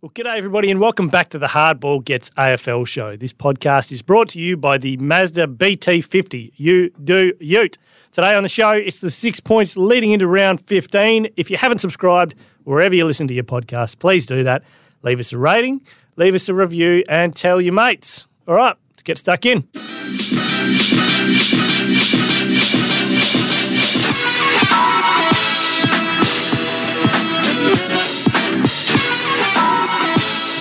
Well, g'day everybody, and welcome back to the Hardball Gets AFL show. This podcast is brought to you by the Mazda BT50. You do Ute. Today on the show, it's the six points leading into round 15. If you haven't subscribed, wherever you listen to your podcast, please do that. Leave us a rating, leave us a review, and tell your mates. All right, let's get stuck in. This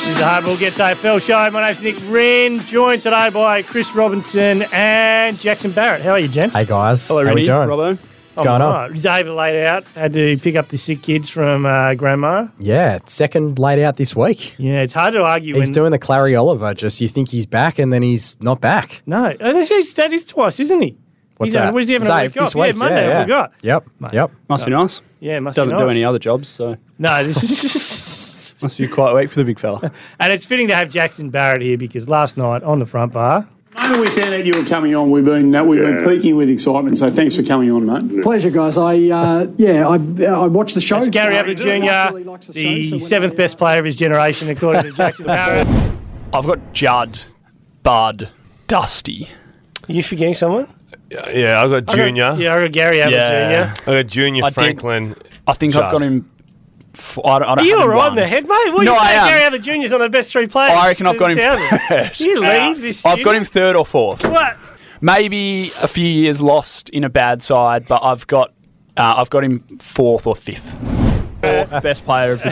is the Hardball Gets AFL show. My name's Nick Wren, joined today by Chris Robinson and Jackson Barrett. How are you, gents? Hey guys, Hello, how Rennie. we doing? Robbo. What's going on? Right. Xavier laid out. Had to pick up the sick kids from uh, grandma. Yeah, second laid out this week. Yeah, it's hard to argue. He's when, doing the Clary Oliver. Just you think he's back, and then he's not back. no. Oh, that's his, that is twice, isn't he? What's he's that? Having, was he having Zave, a week off? Yeah, Monday. I forgot. Yep. Yep. Uh, Must be nice. Yeah, must Doesn't be nice. do any other jobs, so No, this is. must be quite a week for the big fella. and it's fitting to have Jackson Barrett here because last night on the front bar. The moment we found out you were coming on, we've been uh, we've been peaking with excitement. So thanks for coming on, mate. Pleasure, guys. I uh, yeah, I I watched the show. It's Gary Uh, Ablett Mark Jr., really likes the show, so when seventh they, best uh, player of his generation, according to Jackson Barrett. I've got Judd, Bud, Dusty. Are you forgetting someone? Yeah, I got I got- Junior. I got, yeah, I got Gary Ablett Yeah. Jr. Junior I did- Franklin. I think I've Judd. got him. F- I don't, I Are don't you have all him right in one. the head, mate? What No, you I saying? am. Oh, Gary Ablett Jr. is one of the best three players. I reckon I've got him 2000. first. You leave Uh, this I've got year? him third or fourth. What? Maybe a few years lost in a bad side, but I've got uh, I've got him fourth or fifth. Fourth best player of the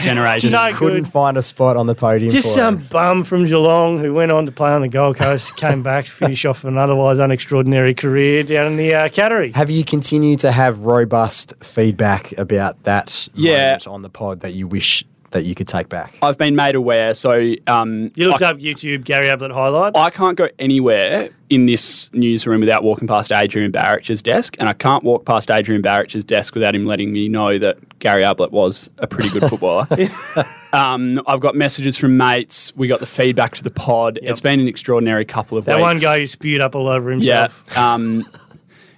generation. No Couldn't good. find a spot on the podium. Just um, for some him. bum from Geelong who went on to play on the Gold Coast, came back to finish off an otherwise unextraordinary career down in the uh, Cattery. Have you continued to have robust feedback about that Yeah. moment on the pod that you wish that you could take back? I've been made aware, so um, You looked I- up YouTube Gary Ablett highlights. I can't go anywhere in this newsroom without walking past Adrian Barrich's desk, and I can't walk past Adrian Barrich's desk without him letting me know that Gary Ablett was a pretty good footballer. um, I've got messages from mates. We got the feedback to the pod. It's been an extraordinary couple of That weeks. one guy who spewed up all over yeah. himself. Um,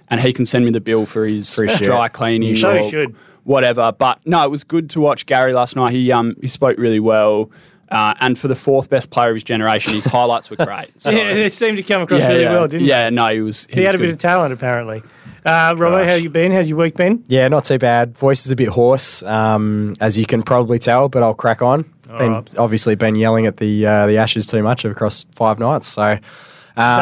and he can send me the bill for his Appreciate it. dry cleaning. So he or should. Whatever. But no, it was good to watch Gary last night. He um he spoke really well. Uh, and for the fourth best player of his generation, his highlights were great. So Yeah, it seemed to come across really yeah. well, didn't Yeah, no, he was. it? He was had a bit good. of talent, apparently. Uh, Robbo, how you been? How's your week been? Yeah, not too bad. Voice is a bit hoarse, um, as you can probably tell, but I'll crack on. Been, right. Obviously, been yelling at the uh, the Ashes too much across five nights. So, um,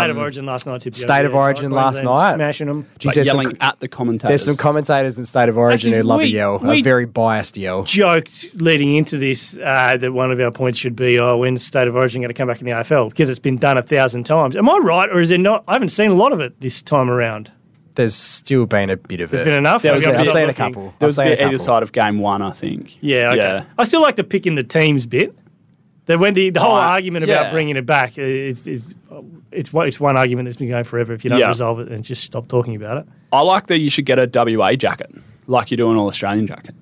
State of Origin last night. Tippy. State of Origin last night. Smashing them. geez, Like there's some yelling c- at the commentators. There's some commentators in State of Origin Actually, who love we- a yell, we- a very biased yell. Joked leading into this uh, that one of our points should be, oh, when's State of Origin going to come back in the AFL? Because it's been done a thousand times. Am I right, or is there not? I haven't seen a lot of it this time around. There's still been a bit of There's it. been enough. There was- Like, I've, I'm I've just seen a looking. couple. I've There was a seen a bit couple. either side of game one, I think. Yeah, okay. I still like the picking the teams bit. That when the, the whole Oh, I- argument about yeah. bringing it back is is it's one it's one argument that's been going forever. If you don't Yeah. resolve it, then just stop talking about it. I like that you should get a WA jacket, like you do an All Australian jacket.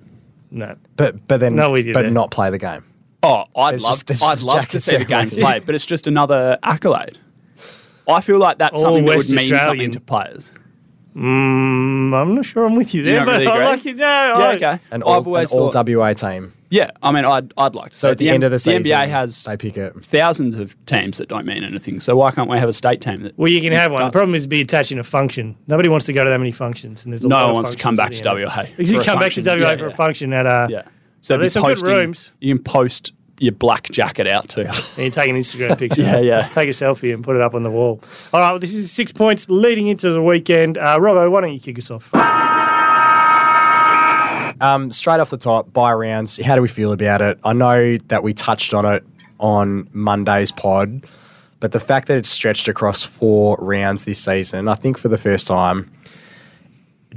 No, But but then No, we did but that. not play the game. Oh, I'd There's love, just- there's I'd just love to jackets see the everywhere. games played, but it's just another accolade. I feel like that's All something that West would mean Australian. something to players. Mm, I'm not sure I'm with you there, don't but really I agree? like it. No, Yeah, I, okay. An I've all, an always all thought- WA team. Yeah, I mean, I'd, I'd like to. So at the, end of the season, the NBA has they pick it. thousands of teams that don't mean anything. So why can't we have a state team that? Well, you can have one. The does. problem is be attaching a function. Nobody wants to go to that many functions, and there's a No lot one of wants to come back functions to at the end. WA. Because you for a come back to function. WA Yeah, for a yeah. function at uh, Yeah. So there's be some good posting, rooms. You can post your black jacket out too. and you take an Instagram picture. Yeah, yeah. Take a selfie and put it up on the wall. All right, well, this is six points leading into the weekend. Uh, Robbo, why don't you kick us off? Um, straight off the top, buy rounds. How do we feel about it? I know that we touched on it on Monday's pod, but the fact that it's stretched across four rounds this season, I think for the first time.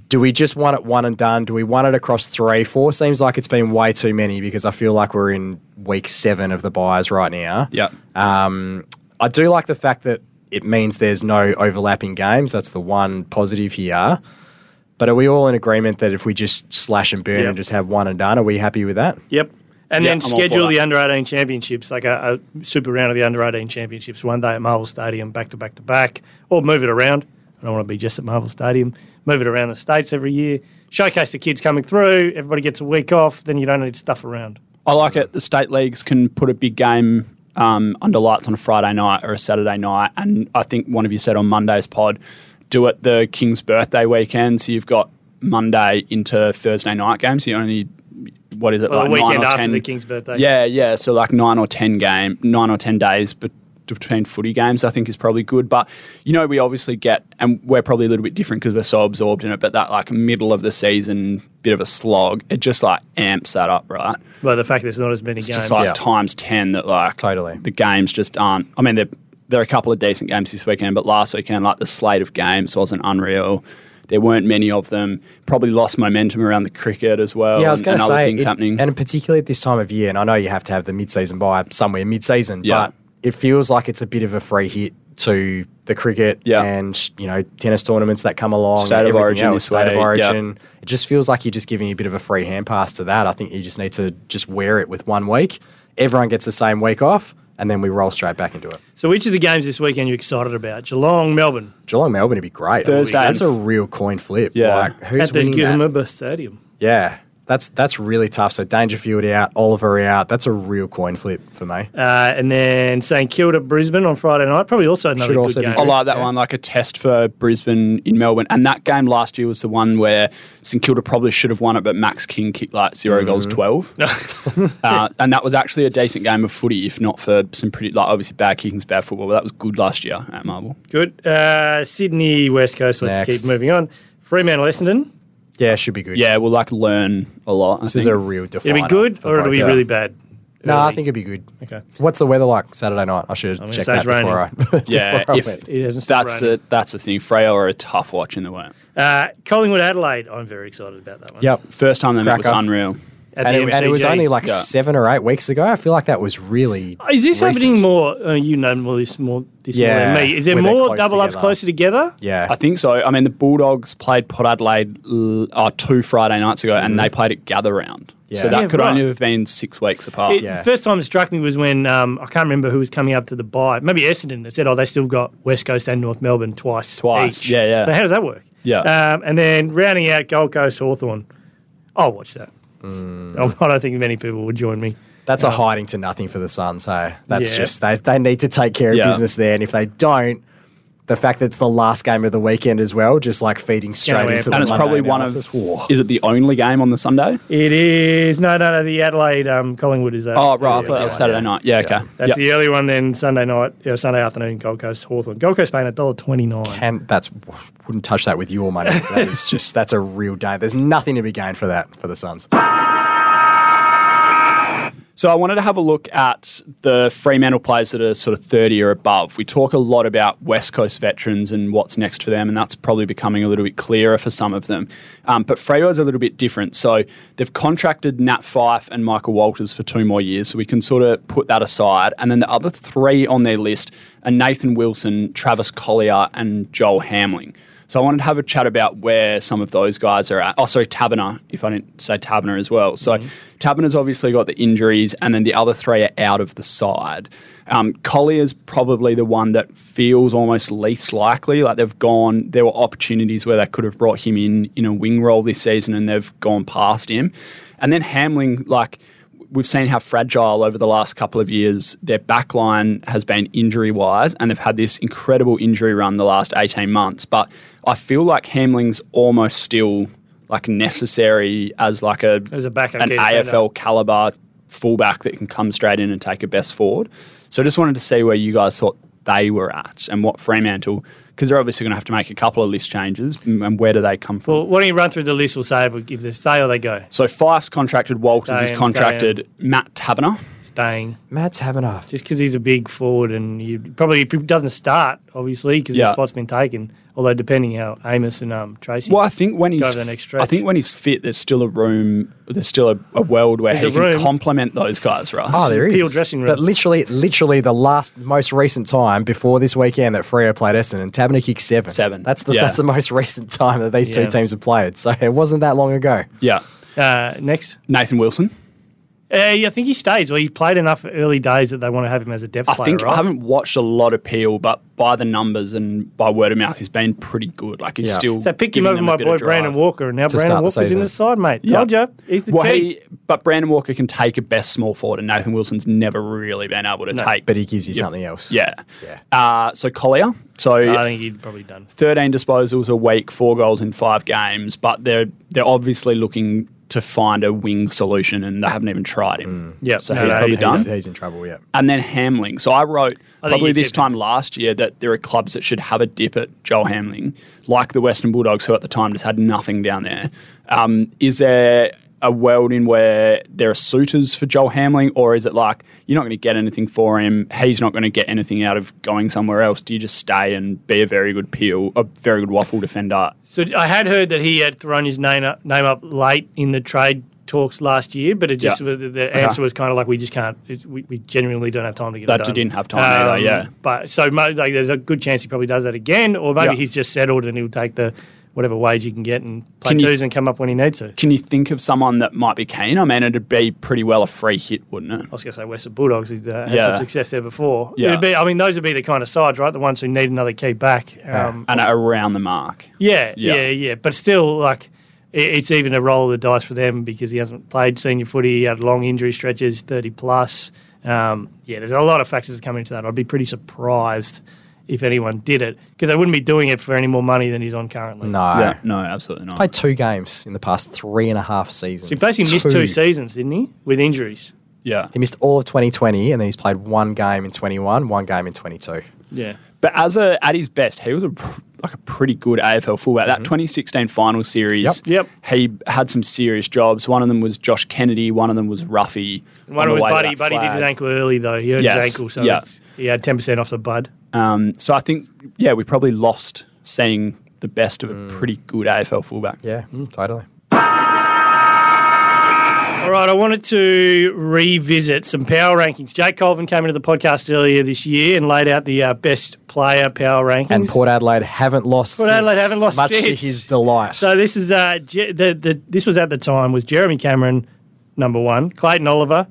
Do we just want it one and done? Do we want it across three? Four seems like it's been way too many because I feel like we're in week seven of the buys right now. yeah. Um, I do like the fact that it means there's no overlapping games. That's the one positive here. But are we all in agreement that if we just slash and burn Yeah. and just have one and done, are we happy with that? Yep. And Yeah, then I'm all for schedule that. the under 18 championships, like a, a super round of the under 18 championships, one day at Marvel Stadium, back to back to back, or move it around. I don't want to be just at Marvel Stadium. Move it around the states every year. Showcase the kids coming through. Everybody gets a week off. Then you don't need stuff around. I like it. The state leagues can put a big game um, under lights on a Friday night or a Saturday night, and I think one of you said on Monday's pod, do it the King's birthday weekend. So you've got Monday into Thursday night games. You only what is it Well, the like nine weekend or after 10 the King's birthday. Yeah, yeah. So like nine or ten game, nine or ten days, but between footy games, I think is probably good. But you know, we obviously get, and we're probably a little bit different because we're so absorbed in it. But that like middle of the season, bit of a slog, it just like amps that up, right? But the fact there's not as many It's games. just like Yeah. times ten that like Totally. the games just aren't. I mean, there there are a couple of decent games this weekend, but last weekend like the slate of games wasn't unreal. There weren't many of them. Probably lost momentum around the cricket as well. Yeah, I was and- going to and other say, things it- happening. and particularly at this time of year, and I know you have to have the mid-season buy somewhere mid-season, Yeah. but it feels like it's a bit of a free hit to the cricket Yeah. and you know tennis tournaments that come along. State of and everything Origin else, this state of way, yeah. origin. It just feels like you're just giving a bit of a free hand pass to that. I think you just need to just wear it with one week. Everyone gets the same week off, and then we roll straight back into it. so which of the games this weekend you're excited about? Geelong, Melbourne Geelong Melbourne would be great. Thursday that's and- a real coin flip. Yeah. like, who's at the winning that? Guillemba Stadium. Yeah, that's that's really tough. So Dangerfield out, Oliver out. That's a real coin flip for me. Uh, and then St Kilda, Brisbane on Friday night. Probably also another Should good also be game. I good. like that one, like a test for Brisbane in Melbourne. And that game last year was the one where St Kilda probably should have won it, but Max King kicked like 0 goals 12. uh, and that was actually a decent game of footy, if not for some pretty, like obviously bad kickings, bad football. But that was good last year at Marvel. Good. Uh, Sydney, West Coast. Let's Next. keep moving on. Fremantle, Essendon. Yeah, should be good. Yeah, we'll like learn a lot. I this is think. a real definer. It'll be good for or it'll both. be Yeah. really bad. No, early. I think it'd be good. Okay. What's the weather like Saturday night? I should gonna check say that it's before I. yeah, before I if went. It hasn't stopped that's raining. the that's the thing. Freo are a tough watch in the way. Uh, Collingwood, Adelaide. I'm very excited about that one. Yep. First time they met was Cracker. unreal. At And the it, and it was MCG. only like Yeah. seven or eight weeks ago. I feel like that was really. Is this recent. happening more? Uh, you know more this more this Yeah, more than me. Is there where they're more close double ups together. closer together? Yeah. I think so. I mean, the Bulldogs played Port Adelaide l- uh, two Friday nights ago, and they played at Gather Round. So Yeah. that Mm-hmm. Yeah, could right. only have been six weeks apart. It, Yeah. The first time it struck me was when um, I can't remember who was coming up to the buy. Maybe Essendon that said, "Oh, they still got West Coast and North Melbourne twice, Twice, each." yeah, yeah. So how does that work? Yeah. Um, and then rounding out Gold Coast Hawthorn. I'll watch that. I'm- Mm. I don't think many people would join me. That's a hiding to nothing for the Suns. Hey, that's Yeah. just they, they need to take care of Yeah. business there, and if they don't, the fact that it's the last game of the weekend as well, just like feeding straight we- into And the and it's Monday probably one of. analysis. Whoa. Is it the only game on the Sunday? It is no, no, no. The Adelaide um, Collingwood is that. Oh, right. I Yeah, thought that was yeah. Saturday night. Yeah, okay. That's Yep. the early one. Then Sunday night, yeah, Sunday afternoon, Gold Coast Hawthorn. Gold Coast paying a dollar twenty nine. And that's wouldn't touch that with your money. That is just that's a real day. There's nothing to be gained for that for the Suns. So I wanted to have a look at the Fremantle players that are sort of 30 or above. We talk a lot about West Coast veterans and what's next for them, and that's probably becoming a little bit clearer for some of them. Um, but Freo is a little bit different. So they've contracted Nat Fife and Michael Walters for two more years, so we can sort of put that aside. And then the other three on their list are Nathan Wilson, Travis Collier, and Joel Hamling. So I wanted to have a chat about where some of those guys are at. Oh, sorry, Taberner, if I didn't say Taberner as well. So Taberner's obviously got the injuries, and then the other three are out of the side. Um, Collier's probably the one that feels almost least likely. Like they've gone, there were opportunities where they could have brought him in in a wing role this season, and they've gone past him. And then Hamling, like, we've seen how fragile over the last couple of years their back line has been injury wise, and they've had this incredible injury run the last 18 months. But I feel like Hamling's almost still like necessary as like a, As a backup an key defender. AFL caliber fullback that can come straight in and take a best forward. So I just wanted to see where you guys thought they were at and what Fremantle, because they're obviously going to have to make a couple of list changes, and where do they come from? Well, why don't you run through the list? We'll say if, we, if they stay or they go. so Fife's contracted, Stay Walters is in, stay contracted, Matt Taberner. Staying. Matt's having a just because he's a big forward and he probably doesn't start obviously because Yeah. his spot's been taken. Although depending how Amos and um, Tracy, Well, I think when he's over the next stretch. I think when he's fit, there's still a room, there's still a, a world where There's he a room. can complement those guys, right? Oh, there is. Peel dressing room. But literally, literally the last most recent time before this weekend that Freo played Essendon, Tabernick kicked seven. Seven. That's the Yeah. that's the most recent time that these Yeah. two teams have played. So it wasn't that long ago. yeah. uh, next Nathan Wilson. Uh, yeah, I think he stays. Well, he played enough early days that they want to have him as a depth I player. think right? I haven't watched a lot of Peel, but by the numbers and by word of mouth, he's been pretty good. Like he's Yeah. still. So I picked him giving over them a my bit of boy drive. Brandon Walker, and now To Brandon start the Walker's in season. the side, mate. Yeah. Told you, he's the Well, key. he, but Brandon Walker can take a best small forward, and Nathan Wilson's never really been able to take. but he gives you something else. yeah. Yeah. Uh, so Collier. So I think he'd probably done. 13 disposals a week, four goals in five games, but they're they're obviously looking to find a wing solution, and they haven't even tried him. Yeah, so no, he's no, probably he- done. He's, he's in trouble. Yeah. And then Hamling. So I wrote I think probably you this keep him. time last year that there are clubs that should have a dip at Joel Hamling, like the Western Bulldogs, who at the time just had nothing down there. Um, is there a world in where there are suitors for Joel Hamling, or is it like you're not going to get anything for him? He's not going to get anything out of going somewhere else. Do you just stay and be a very good peel, a very good waffle defender? So I had heard that he had thrown his name up, name up late in the trade talks last year, but it just Yeah. was the, the answer was kind of like we just can't. It's, we, we genuinely don't have time to get That it done. Um, didn't have time either, yeah. but so mo- like, there's a good chance he probably does that again, or maybe Yeah. he's just settled and he'll take the whatever wage he can get and play Can you- twos and come up when he needs to. I Can you think of someone that might be keen? I mean, it'd be pretty well a free hit, wouldn't it? was going to say Western Bulldogs. He's uh, had Yeah. some success there before. Yeah. It'd be, I mean, those would be the kind of sides, right? The ones who need another key back. Um, And around the mark. Yeah, Yeah. yeah, yeah. But still, like, i- it's even a roll of the dice for them because he hasn't played senior footy. He had long injury stretches, 30 plus. Um, yeah, there's a lot of factors that come into that. I'd be pretty surprised if anyone did it because they wouldn't be doing it for any more money than he's on currently. No. Yeah, Uh, no, absolutely not. Played two games in the past three and a half seasons. He basically missed two seasons, didn't he? With injuries. yeah. He missed all of 2020, and then he's played one game in 21, one game in 22. Yeah. But as a at his best, he was a pr- like a pretty good AFL fullback. That 2016 final series, Mm-hmm. Yep. he had some serious jobs. One of them was Josh Kennedy. One of them was Ruffy. One on with the way to Buddy. that Buddy did his flag. ankle early, though. He hurt Yes, his ankle, so yeah. it's, he had 10% off the bud. Um, so I think, yeah, we probably lost seeing the best of Mm. a pretty good AFL fullback. Yeah, mm, totally. All right, I wanted to revisit some power rankings. Jake Colvin came into the podcast earlier this year and laid out the uh, best player power rankings. And Port Adelaide haven't lost. Port Adelaide since, haven't lost much to since. his delight. so this is uh, Je- the, the this was at the time was Jeremy Cameron number one, Clayton Oliver,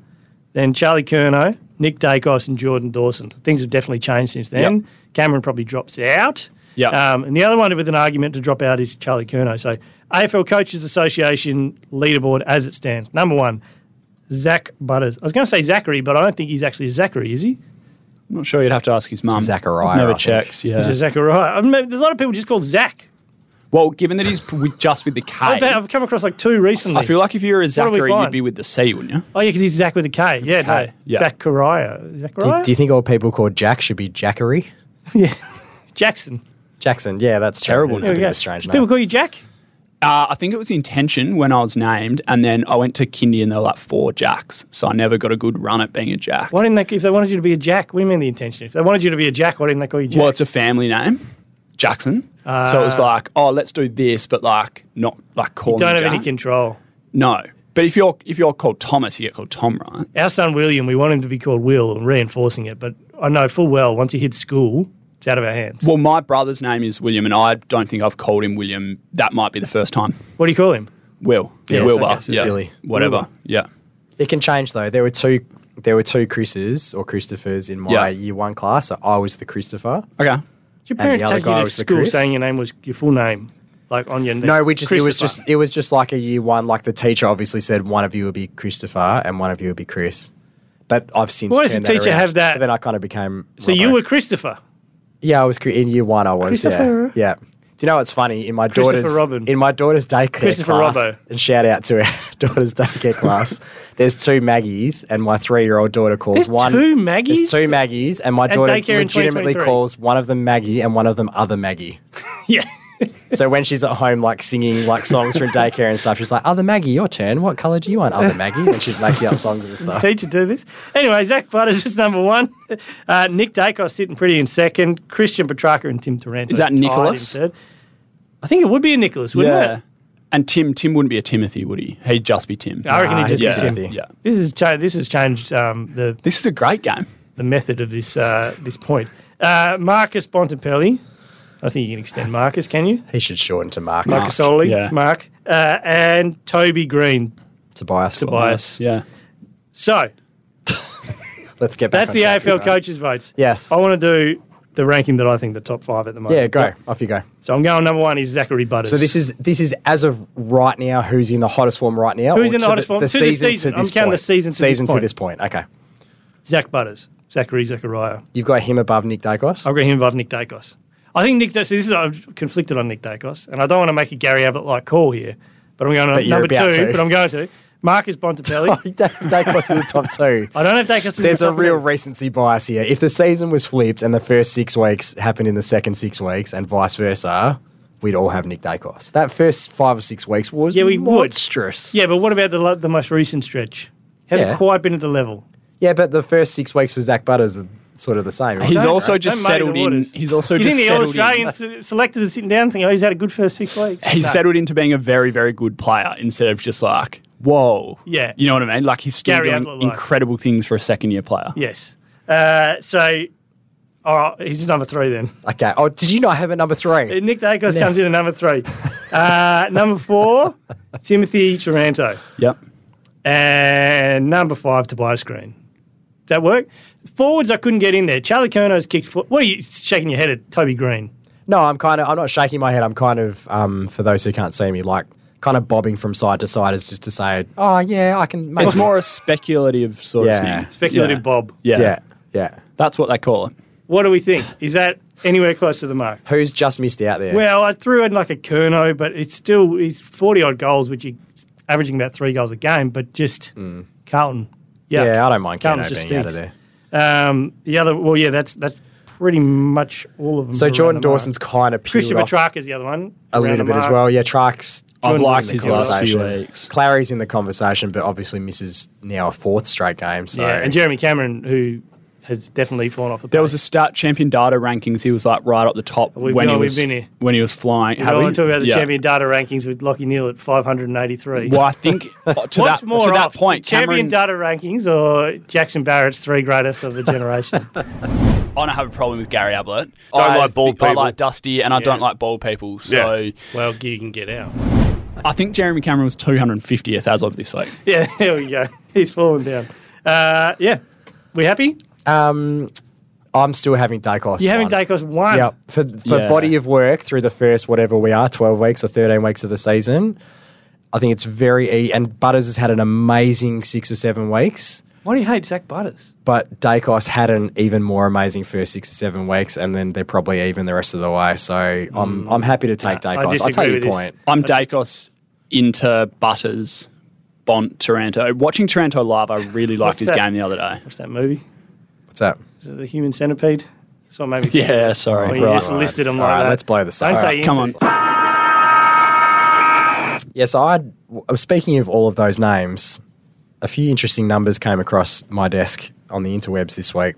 then Charlie Curnow, Nick Dacos, and Jordan Dawson. So things have definitely changed since then. Yep. Cameron probably drops out. Yep. Um, and the other one with an argument to drop out is Charlie Curnow. So AFL Coaches Association leaderboard as it stands, number one. Zach Butters. I was going to say Zachary, but I don't think he's actually a Zachary, is he? I'm not sure you'd have to ask his mum. Zachariah, I Never think. checked. Yeah. Is it Zachariah? I mean, there's a lot of people just called Zach. well, given that he's p- with, just with the K, I've, uh, I've come across like two recently. I feel like if you were a do we Zachary, you'd find? be with the C, wouldn't you? Oh yeah, because he's Zach with a K. Yeah, K, no, yeah. Zachariah. do, Zachariah. do you think all people called Jack should be Jackery? Jackson. Jackson. Yeah, that's terrible. Terrible It's a There we bit go. of a strange Do name. People call you Jack. Uh, I think it was the intention when I was named, and then I went to kindy and there were like four jacks, so I never got a good run at being a jack. Why didn't they? If they wanted you to be a Jack, what do you mean the intention? If they wanted you to be a Jack, why didn't they call you Jack? Well, it's a family name, Jackson. so it was like, oh, let's do this, but like not like call. Ah. Don't me have Jack. any control. No, but if you're if you're called Thomas, you get called Tom, right? Our son William, we want him to be called Will, and reinforcing it. But I know full well once he hits school, it's out of our hands. Well, my brother's name is William, and I don't think I've called him William. That might be the first time. What do you call him? Will, Yes, Wilbur, okay, so yeah, Billy. whatever, yeah. It can change though. There were two. There were two Chris's or Christophers in my Yeah. year one class. So I was the Christopher. Okay, Did your And the parents other take you guy to was the school Chris? saying your name was your full name, like on your No, we just it was just it was just like a year one. Like the teacher obviously said, one of you will be Christopher and one of you will be Chris. But I've since. Why does the turned that teacher around. have that- But then I kind of became. So you Robbo. were Christopher. Yeah, I was Chri- in year one. I was. Yeah. Christopher. Yeah. Do you know what's funny? In my Christopher daughter's Robin. in my daughter's daycare Christopher class, Robbo. and shout out to our daughter's daycare class. There's two Maggies, and my three-year-old daughter calls There's one. two Maggies? There's two Maggies, and my daughter daycare in legitimately 2023. calls one of them Maggie and one of them other Maggie. Yeah. So when she's at home, like singing like songs from daycare and stuff, she's like, "Other Maggie, your turn. What color do you want, Other Maggie?" And she's making up songs and stuff. teacher do this. Anyway, Zach Butters is number one. Uh, Nick Dacos sitting pretty in second. Christian Petrarca and Tim Taranto. Is that tied in Nicholas? third. I think it would be a Nicholas, wouldn't yeah. it? And Tim, Tim wouldn't be a Timothy, would he? He'd just be Tim. I reckon Ah, he just he'd gets be him. Timothy. yeah. This has changed. This has changed um, the This is a great game. the method of this uh, this point. Uh, Marcus Bontempelli. I think you can extend Marcus, can you? He should shorten to Mark. Marcus Oli, yeah. Mark, uh, and Toby Green. Tobias. Tobias. Yeah. So Let's get back. that's on the track. AFL coaches' votes. Yes. I want to do the ranking that I think the top five at the moment. Yeah, go off you go. So I'm going number one is Zachary Butters. So this is this is as of right now. Who's in the hottest form right now? Who's or in the to hottest form? The To the season, season. to I'm this counting the point. season to this season point. to this point. Okay, Zach Butters, Zachary Zachariah. you've got him above Nick Dacos. I've got him above Nick Dacos. I think Nick. Dacos. This is I'm conflicted on Nick Dacos, and I don't want to make a Gary Abbott like call here, but I'm going on But you're number two. about to. But I'm going to Marcus Bontempelli. Da- Dacos in the top two. I don't know if Dacos. is in There's the a top real two. recency bias here. If the season was flipped and the first six weeks happened in the second six weeks, and vice versa, we'd all have Nick Dacos. That first five or six weeks was Yeah, we would. monstrous. Yeah, but what about the lo- the most recent stretch? Hasn't Yeah. quite been at the level. yeah, but the first six weeks for Zach Butters are sort of the same. He's Don't- also don't just muddy the settled in. waters. He's also you just think the All settled in. Australian se- selectors are sitting down thinking, oh, he's had a good first six weeks? He's No. settled into being a very, very good player instead of just like, whoa. Yeah. You know what I mean? Like he's still Gary doing Ablett-like. incredible things for a second year player. Yes. Uh, so, all right, he's number three then. okay. Oh, did you not have it number three? Nick Dacos comes in at number three. Uh, number four, Timothy Taranto. Yep. And number five, Tobias Green. Does that work? Forwards, I couldn't get in there. Charlie Kerno's kicked foot. What are you shaking your head at, Toby Green? No, I'm kind of. I'm not shaking my head. I'm kind of. Um, for those who can't see me, like kind of bobbing from side to side, is just to say, oh yeah, I can. Make It's it." more a speculative sort Yeah. of thing. Speculative Yeah. Bob. Yeah. Yeah, yeah. That's what they call it. What do we think? Is that anywhere close to the mark? Who's just missed out there? Well, I threw in like a Kerno, but it's still he's forty odd goals, which is averaging about three goals a game. But just Carlton, Hmm. yeah, Yuck. I don't mind Kano Carlton being just out of stinks. there. Um, the other, well, yeah, that's that's pretty much all of them. So around Jordan the mark. Dawson's kind of peeled Christian off Petrarca's the other one. a around little the bit as mark. well. Yeah, Trucks. I've Jordan liked in the his last few weeks. Clary's in the conversation, but obviously misses now a fourth straight game. So Yeah, and Jeremy Cameron, who has definitely fallen off the. There was a start champion data rankings. He was like right up the top We've when gone- he we've was been here. when he was flying. I Have don't we? want to talk about the Yeah. champion data rankings with Lockie Neal at five hundred and eighty three. Well, I think uh, to that What's more to that off, point, champion Cameron, data rankings or Jackson Barrett's three greatest of the generation? I don't have a problem with Gary Ablett. Don't I like bald think I people. like Dusty, and I don't like bald people. So well, you can get out. I think Jeremy Cameron was 250th as of this week. Yeah, there we go. He's fallen down. Uh, yeah. We happy? um, I'm still having Dacos. You having one. Dacos one? Yeah, for for Yeah. body of work through the first whatever we are, twelve weeks or thirteen weeks of the season. I think it's very e- and Butters has had an amazing six or seven weeks, Why do you hate Zach Butters? but Dacos had an even more amazing first six or seven weeks, and then they're probably even the rest of the way. So I'm I'm happy to take Mm. I Dacos. I, disagree take with your this. point. I'm Dacos into Butters, Bont, Taranto. Watching Taranto live, I really liked What's his that? game the other day. What's that movie? What's that? Is it The Human Centipede? That's what made me think. Yeah, When sorry. you right. just listed them All like right, that. let's blow this Don't up. All say right, Come interest. on. Yes, I. Speaking of all of those names, a few interesting numbers came across my desk on the interwebs this week.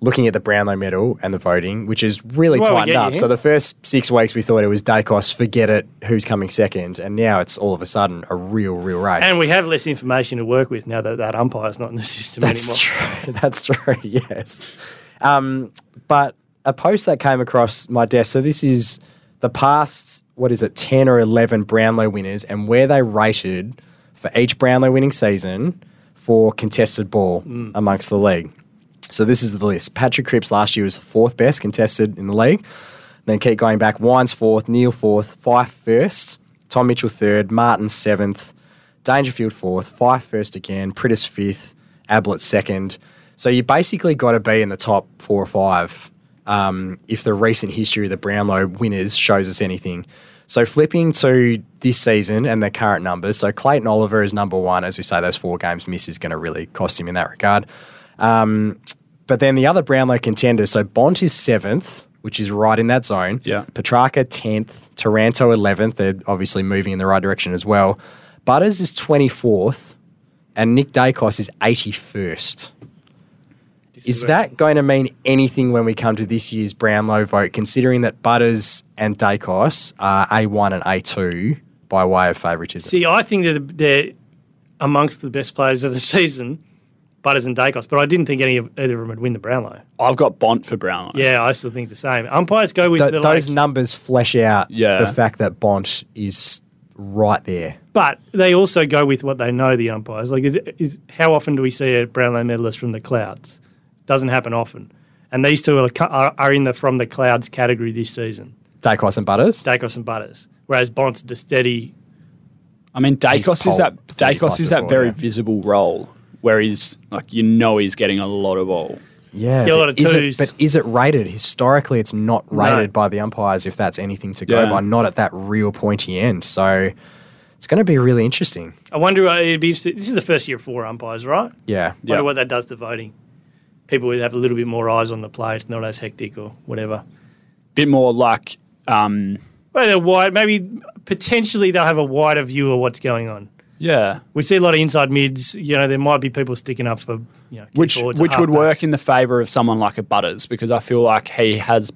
Looking at the Brownlow Medal and the voting, which is really Well, we tightened get up. you. So the first six weeks we thought it was Dacos, forget it, who's coming second, and now it's all of a sudden a real, real race. And we have less information to work with now that that umpire's not in the system anymore. That's true. That's true. Yes. Um, but a post that came across my desk. So this is the past. What is it? Ten or eleven Brownlow winners and where they rated for each Brownlow winning season for contested ball amongst the league. So this is the list. Patrick Cripps last year was fourth best contested in the league. Then keep going back. Wines fourth, Neil fourth, Fife first, Tom Mitchell third, Martin seventh, Dangerfield fourth, Fife first again, Prittis fifth, Ablett second. So you basically got to be in the top four or five um, if the recent history of the Brownlow winners shows us anything. So flipping to this season and their current numbers. So Clayton Oliver is number one. As we say, those four games miss is going to really cost him in that regard. Um, but then the other Brownlow contenders, so Bont is seventh, which is right in that zone. Yeah. Petrarca tenth, Taranto eleventh. They're obviously moving in the right direction as well. Butters is twenty fourth, and Nick Dacos is eighty first. Is that going to mean anything when we come to this year's Brownlow vote, considering that Butters and Dacos are A1 and A2 by way of favouritism? See, I think they're, they're amongst the best players of the season, Butters and Dacos, but I didn't think any of either of them would win the Brownlow. I've got Bont for Brownlow. Yeah, I still think it's the same. Umpires go with Th- the those like, numbers flesh out Yeah. the fact that Bont is right there. But they also go with what they know. The umpires, like, is, is how often do we see a Brownlow medalist from the clouds? Doesn't happen often. And these two are, cu- are, are in the from the clouds category this season, Dacos and Butters. Dacos and Butters. Whereas Bont's the steady. I mean, Dacos pulled is that 30 Dacos is plus that before, very yeah. visible role where he's like you know he's getting a lot of ball. yeah. Get a but lot of is twos. it, but is it rated? Historically, it's not rated by the umpires if that's anything to go Yeah. by, not at that real pointy end. So it's going to be really interesting. I wonder. uh, It'd be interesting. This is the first year of four umpires, right? Yeah. Wonder Yeah. what that does to voting. People would have a little bit more eyes on the play. It's not as hectic or whatever. Bit more like um, Well, they're wide. Maybe potentially they'll have a wider view of what's going on. yeah, We see a lot of inside mids. You know, there might be people sticking up for you know, kick which forwards or which would work halfbacks. in the favor of someone like a Butters because I feel like he has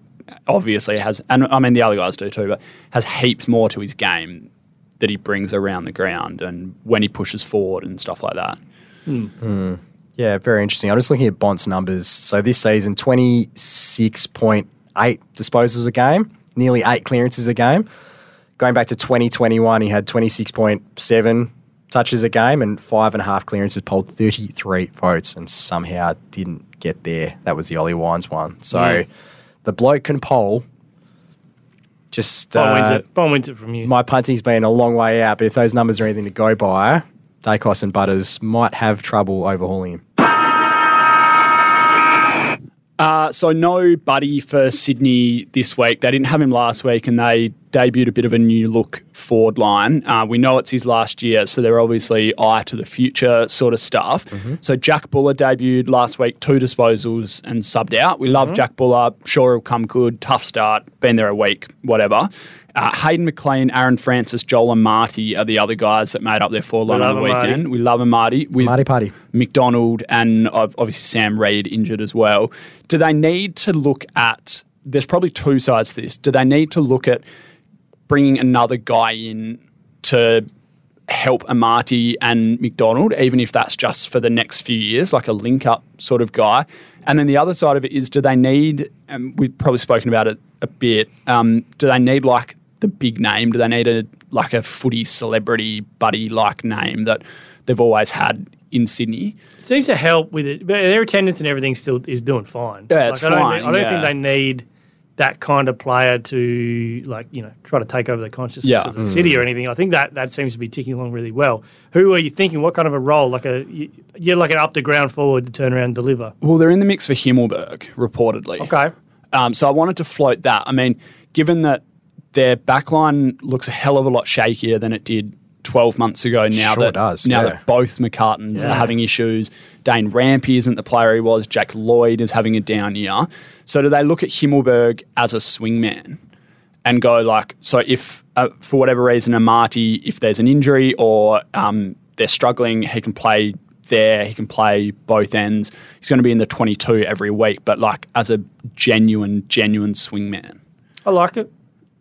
obviously has and I mean the other guys do too, but has heaps more to his game that he brings around the ground and when he pushes forward and stuff like that. Yeah, very interesting. I'm just looking at Bont's numbers. So this season, 26.8 disposals a game, nearly eight clearances a game. Going back to 2021, he had 26.7 touches a game and five and a half clearances, polled 33 votes, and somehow didn't get there. That was the Ollie Wines one. So the bloke can poll. Just Bon uh, wins it. Bon wins it from you. my punting's been a long way out, but if those numbers are anything to go by, Dacos and Butters might have trouble overhauling him. Uh, so no Buddy for Sydney this week. They didn't have him last week, and they debuted a bit of a new look forward line. Uh, we know it's his last year, so they're obviously eye to the future sort of stuff. So Jack Buller debuted last week, two disposals and subbed out. We love Jack Buller. Sure, he'll come good. Tough start. Been there a week. Whatever. Uh, Hayden McLean, Aaron Francis, Joel and Marty are the other guys that made up their four line on love the 'em, Marty. weekend. We love Amati. With Marty Party. McDonald and ob- obviously Sam Reid injured as well. Do they need to look at? There's probably two sides to this. Do they need to look at bringing another guy in to help Amati and McDonald, even if that's just for the next few years, like a link up sort of guy? And then the other side of it is, do they need? And we've probably spoken about it a bit. Um, do they need like the big name? Do they need a like a footy celebrity buddy like name that they've always had in Sydney? Seems to help with it. But their attendance and everything still is doing fine. Yeah, it's I don't, fine, I don't yeah. think they need that kind of player to like you know try to take over the consciousness Yeah. Mm. of the city or anything. I think that that seems to be ticking along really well. Who are you thinking? What kind of a role? Like a you- you're like an up the ground forward to turn around and deliver. Well, they're in the mix for Himmelberg, reportedly. Okay. Um, so I wanted to float that. I mean, given that their backline looks a hell of a lot shakier than it did 12 months ago. Now Sure that does, now yeah. that both McCartans are having issues, Dane Rampy isn't the player he was. Jack Lloyd is having a down year. So do they look at Himmelberg as a swingman and go like, so if uh, for whatever reason Amati, if there's an injury or um, they're struggling, he can play there. He can play both ends. He's going to be in the 22 every week, but like as a genuine, genuine swingman. I like it.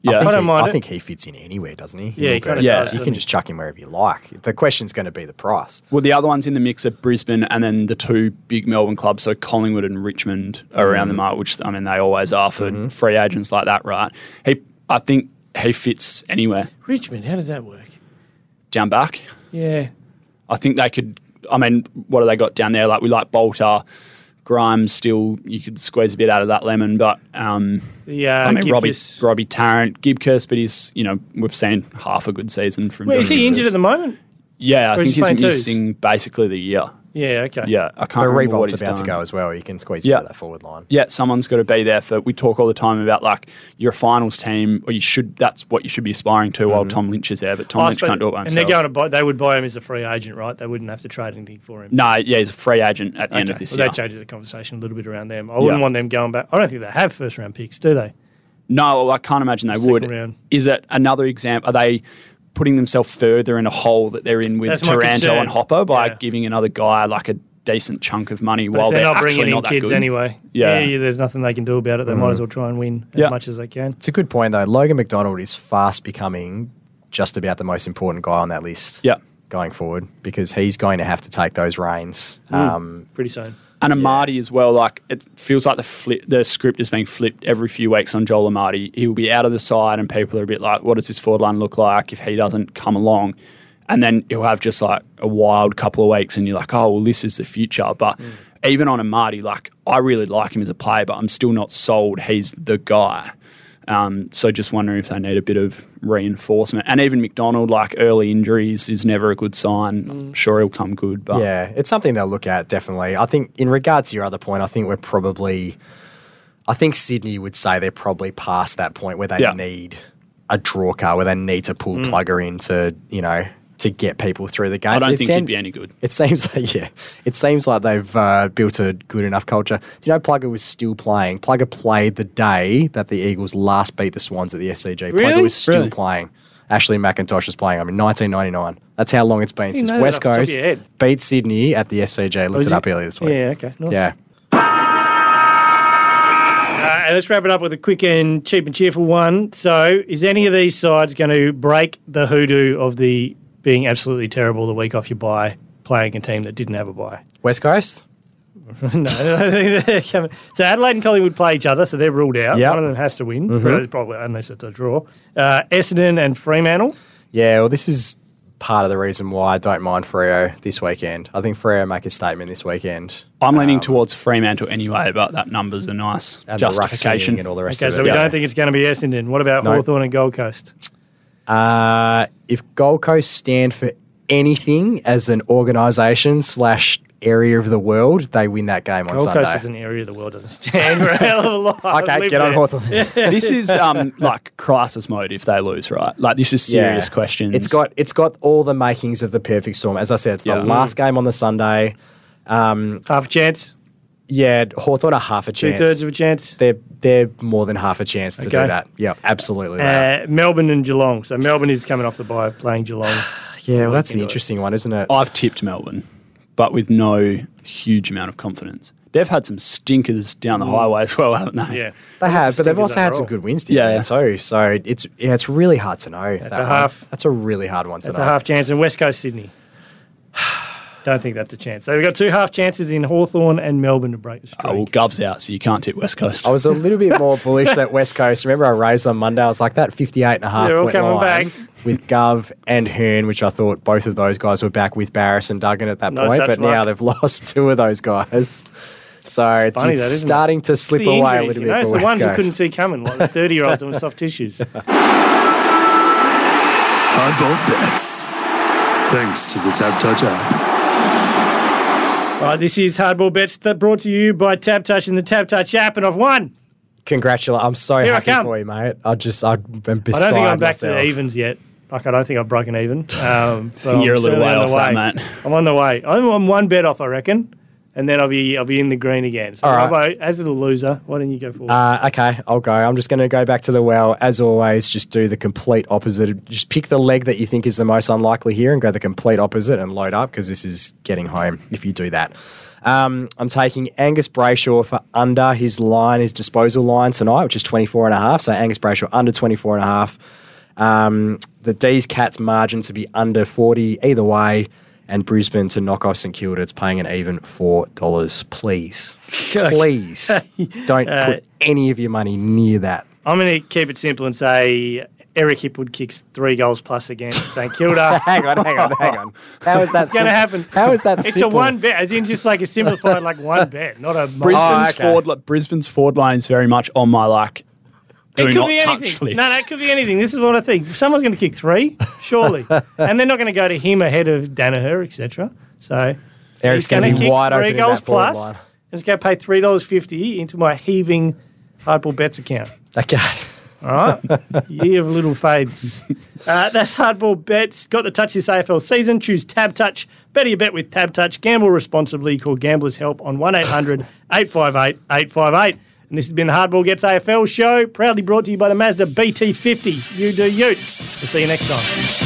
Yeah. I I, don't think, mind he, it. I think he fits in anywhere, doesn't he? Yeah, he Himmelberg? kinda Yeah. does, You doesn't can he? just chuck him wherever you like. The question's going to be the price. Well, the other ones in the mix are Brisbane and then the two big Melbourne clubs, so Collingwood and Richmond are around the Mm. mark, which I mean they always are for Mm-hmm. free agents like that, right? He, I think he fits anywhere Richmond, how does that work? down back. Yeah. I think they could. I mean, what have they got down there? Like we like Bolter, Grimes. Still, you could squeeze a bit out of that lemon, but um, Yeah. I mean Robbie Robbie Tarrant, Gibcus, but he's you know we've seen half a good season from. Wait, is Johnny he injured Gibcus. at the moment? Yeah, I or is think he he's playing twos? missing basically the year. Yeah. Okay. Yeah, I But can't remember what Revolt's he's about to done. go as well. You can squeeze Yeah. him out of that forward line. yeah, someone's got to be there for. We talk all the time about like you're a finals team, or you should. That's what you should be aspiring to. While Tom Lynch is there, but Mm-hmm. Oh, Tom I Lynch suppose- can't do it by and himself. they're going to buy. They would buy him as a free agent, right? They wouldn't have to trade anything for him. no, yeah, he's a free agent at the end of this Well, that year. changes the conversation a little bit around them. I wouldn't Yeah. want them going back. I don't think they have first round picks, do they? No, I can't imagine they Second would. round. Is it another example? Are they putting themselves further in a hole that they're in with That's my Taranto concern. and Hopper by Yeah. giving another guy like a decent chunk of money But while if they're, not actually bringing in not that kids good? anyway. Yeah. Mm. there's nothing they can do about it. They might as well try and win as Yeah. much as they can. It's a good point, though. Logan McDonald is fast becoming just about the most important guy on that list Yeah. Mm. going forward because he's going to have to take those reins. Um, Pretty soon. And Amadi as well. Like it feels like the flip, the script is being flipped every few weeks on Joel Amadi. He will be out of the side, and people are a bit like, "What does this forward line look like if he doesn't come along?" And then he'll have just like a wild couple of weeks, and you're like, "Oh, well, this is the future." But Mm. even on Amadi, like I really like him as a player, but I'm still not sold. He's the guy. Um, so just wondering if they need a bit of reinforcement. And even McDonald, like early injuries, is never a good sign. I'm sure he'll come good, but Mm. Yeah, it's something they'll look at definitely. I think in regard to your other point, I think we're probably, I think Sydney would say they're probably past that point where they Yeah. Mm. need a draw car, where they need to pull plugger in to you know to get people through the game. I don't It's think he'd en- be any good. It seems like yeah, it seems like they've uh, built a good enough culture. Do you know Plugger was still playing? Plugger played the day that the Eagles last beat the Swans at the SCG. Really? Plugger was still Really? playing. Ashley McIntosh was playing. I mean, 1999. That's how long it's been since know that West off the top of Coast your head. beat Sydney at the SCG. Looked Is it up it? earlier this week. Yeah, okay. nice. Yeah. Uh, and let's wrap it up with a quick and cheap and cheerful one. So, is any of these sides going to break the hoodoo of the being absolutely terrible the week off your bye, playing a team that didn't have a bye? West Coast. no, I think they're coming. So Adelaide and Collingwood play each other, so they're ruled out. Yep. Mm-hmm. One of them has to win, probably unless it's a draw. Uh, Essendon and Fremantle. Yeah. Well, this is part of the reason why I don't mind Freo this weekend. I think Freo make a statement this weekend. I'm leaning towards Fremantle anyway, but that number's a nice And the ruck swinging justification. and all the rest Okay, of it. so we don't think it's going to be Essendon. What about No. Hawthorn and Gold Coast? Uh, if Gold Coast stand for anything as an organisation slash area of the world, they win that game on Gold Sunday. Coast is an area the world doesn't stand for a hell of a lot. I've okay, lived get on there. Hawthorn. this is um, like crisis mode if they lose, right? Like this is serious questions. It's got it's got all the makings of the perfect storm. As I said, it's the Yeah. last game on the Sunday. Half a chance, Yeah, Hawthorn are half a two chance. thirds of a chance. they're they're more than half a chance to Okay. do that. Yeah, absolutely. they are. Uh, Melbourne and Geelong. So Melbourne is coming off the bye, playing Geelong. yeah, well, that's the interesting one, isn't Oh, it? I've tipped Melbourne, but with no huge amount of confidence. They've had some stinkers down the highway as well, haven't they? Yeah, They have, but they've stinkers also had some overall. good wins down Yeah, there yeah. too. So it's yeah, it's really hard to know. That's a half. That's a really hard one to that's know. a half chance. And West Coast Sydney. Don't think that's a chance. So we've got two half chances in Hawthorn and Melbourne to break the streak. Oh, well, Gov's out, so you can't tip West Coast. I was a little bit more bullish that West Coast. Remember, I raised on Monday. I was like that 58 and a half They're all point coming line back. with Gov and Hearn, which I thought both of those guys were back with Barris and Duggan at that No point. such But now luck. they've lost two of those guys. So it's, funny it's that, isn't it? starting to It's slip the away a injuries, little you know, bit it's for the West ones Coast. you couldn't see coming, like the 30 year olds on soft tissues. Hardball bets. Thanks to the Tab Touch app. All right, this is Hardball Bets that brought to you by Tab Touch and the Tab Touch app, and I've won. Congratulations! I'm so Here I happy come. for you, mate. I just I'm beside I don't think I'm back myself. to the evens yet. Like, I don't think I've broken even. Um, but You're I'm a little certainly way on off the that, mate. I'm on the way. I'm, I'm one bet off, I reckon, and then I'll be I'll be in the green again. So, All Robbo, right. as the loser, why don't you go forward? Uh, okay, I'll go. I'm just going to go back to the well. As always, just do the complete opposite. Just pick the leg that you think is the most unlikely here and go the complete opposite and load up because this is getting home if you do that. Um, I'm taking Angus Brayshaw for under his line, his disposal line tonight, which is 24 and a half. So Angus Brayshaw under 24 and a half. Um, the D's Cats margin to be under 40 either way. And Brisbane to knock off St Kilda. It's paying an even $4. Please. Please don't put any of your money near that. I'm going to keep it simple and say Eric Hipwood kicks three goals plus against St Kilda. Hang on, hang on, hang on. How is that It's going to sim- happen. How is that It's simple? a one bet, as in just like a simplified like one bet, not a multi- Brisbane's Oh, okay. forward li- Brisbane's forward line is very much on my like do it could not be touch anything. list. No, no, it could be anything. This is what I think. Someone's going to kick three, surely, and they're not going to go to him ahead of Danaher, etc. So Eric's he's going going to to be kick wide three open in goals that forward plus, line. and it's going to pay three dollars fifty into my heaving hardball bets account. Okay. All right, year of little fades. Uh, that's hardball bets. Got the touch this AFL season. Choose Tab Touch. Better your bet with Tab Touch. Gamble responsibly. Call Gamblers Help on 1800 858 858. And this has been the Hardball Gets AFL show, proudly brought to you by the Mazda BT50. You do you. We'll see you next time.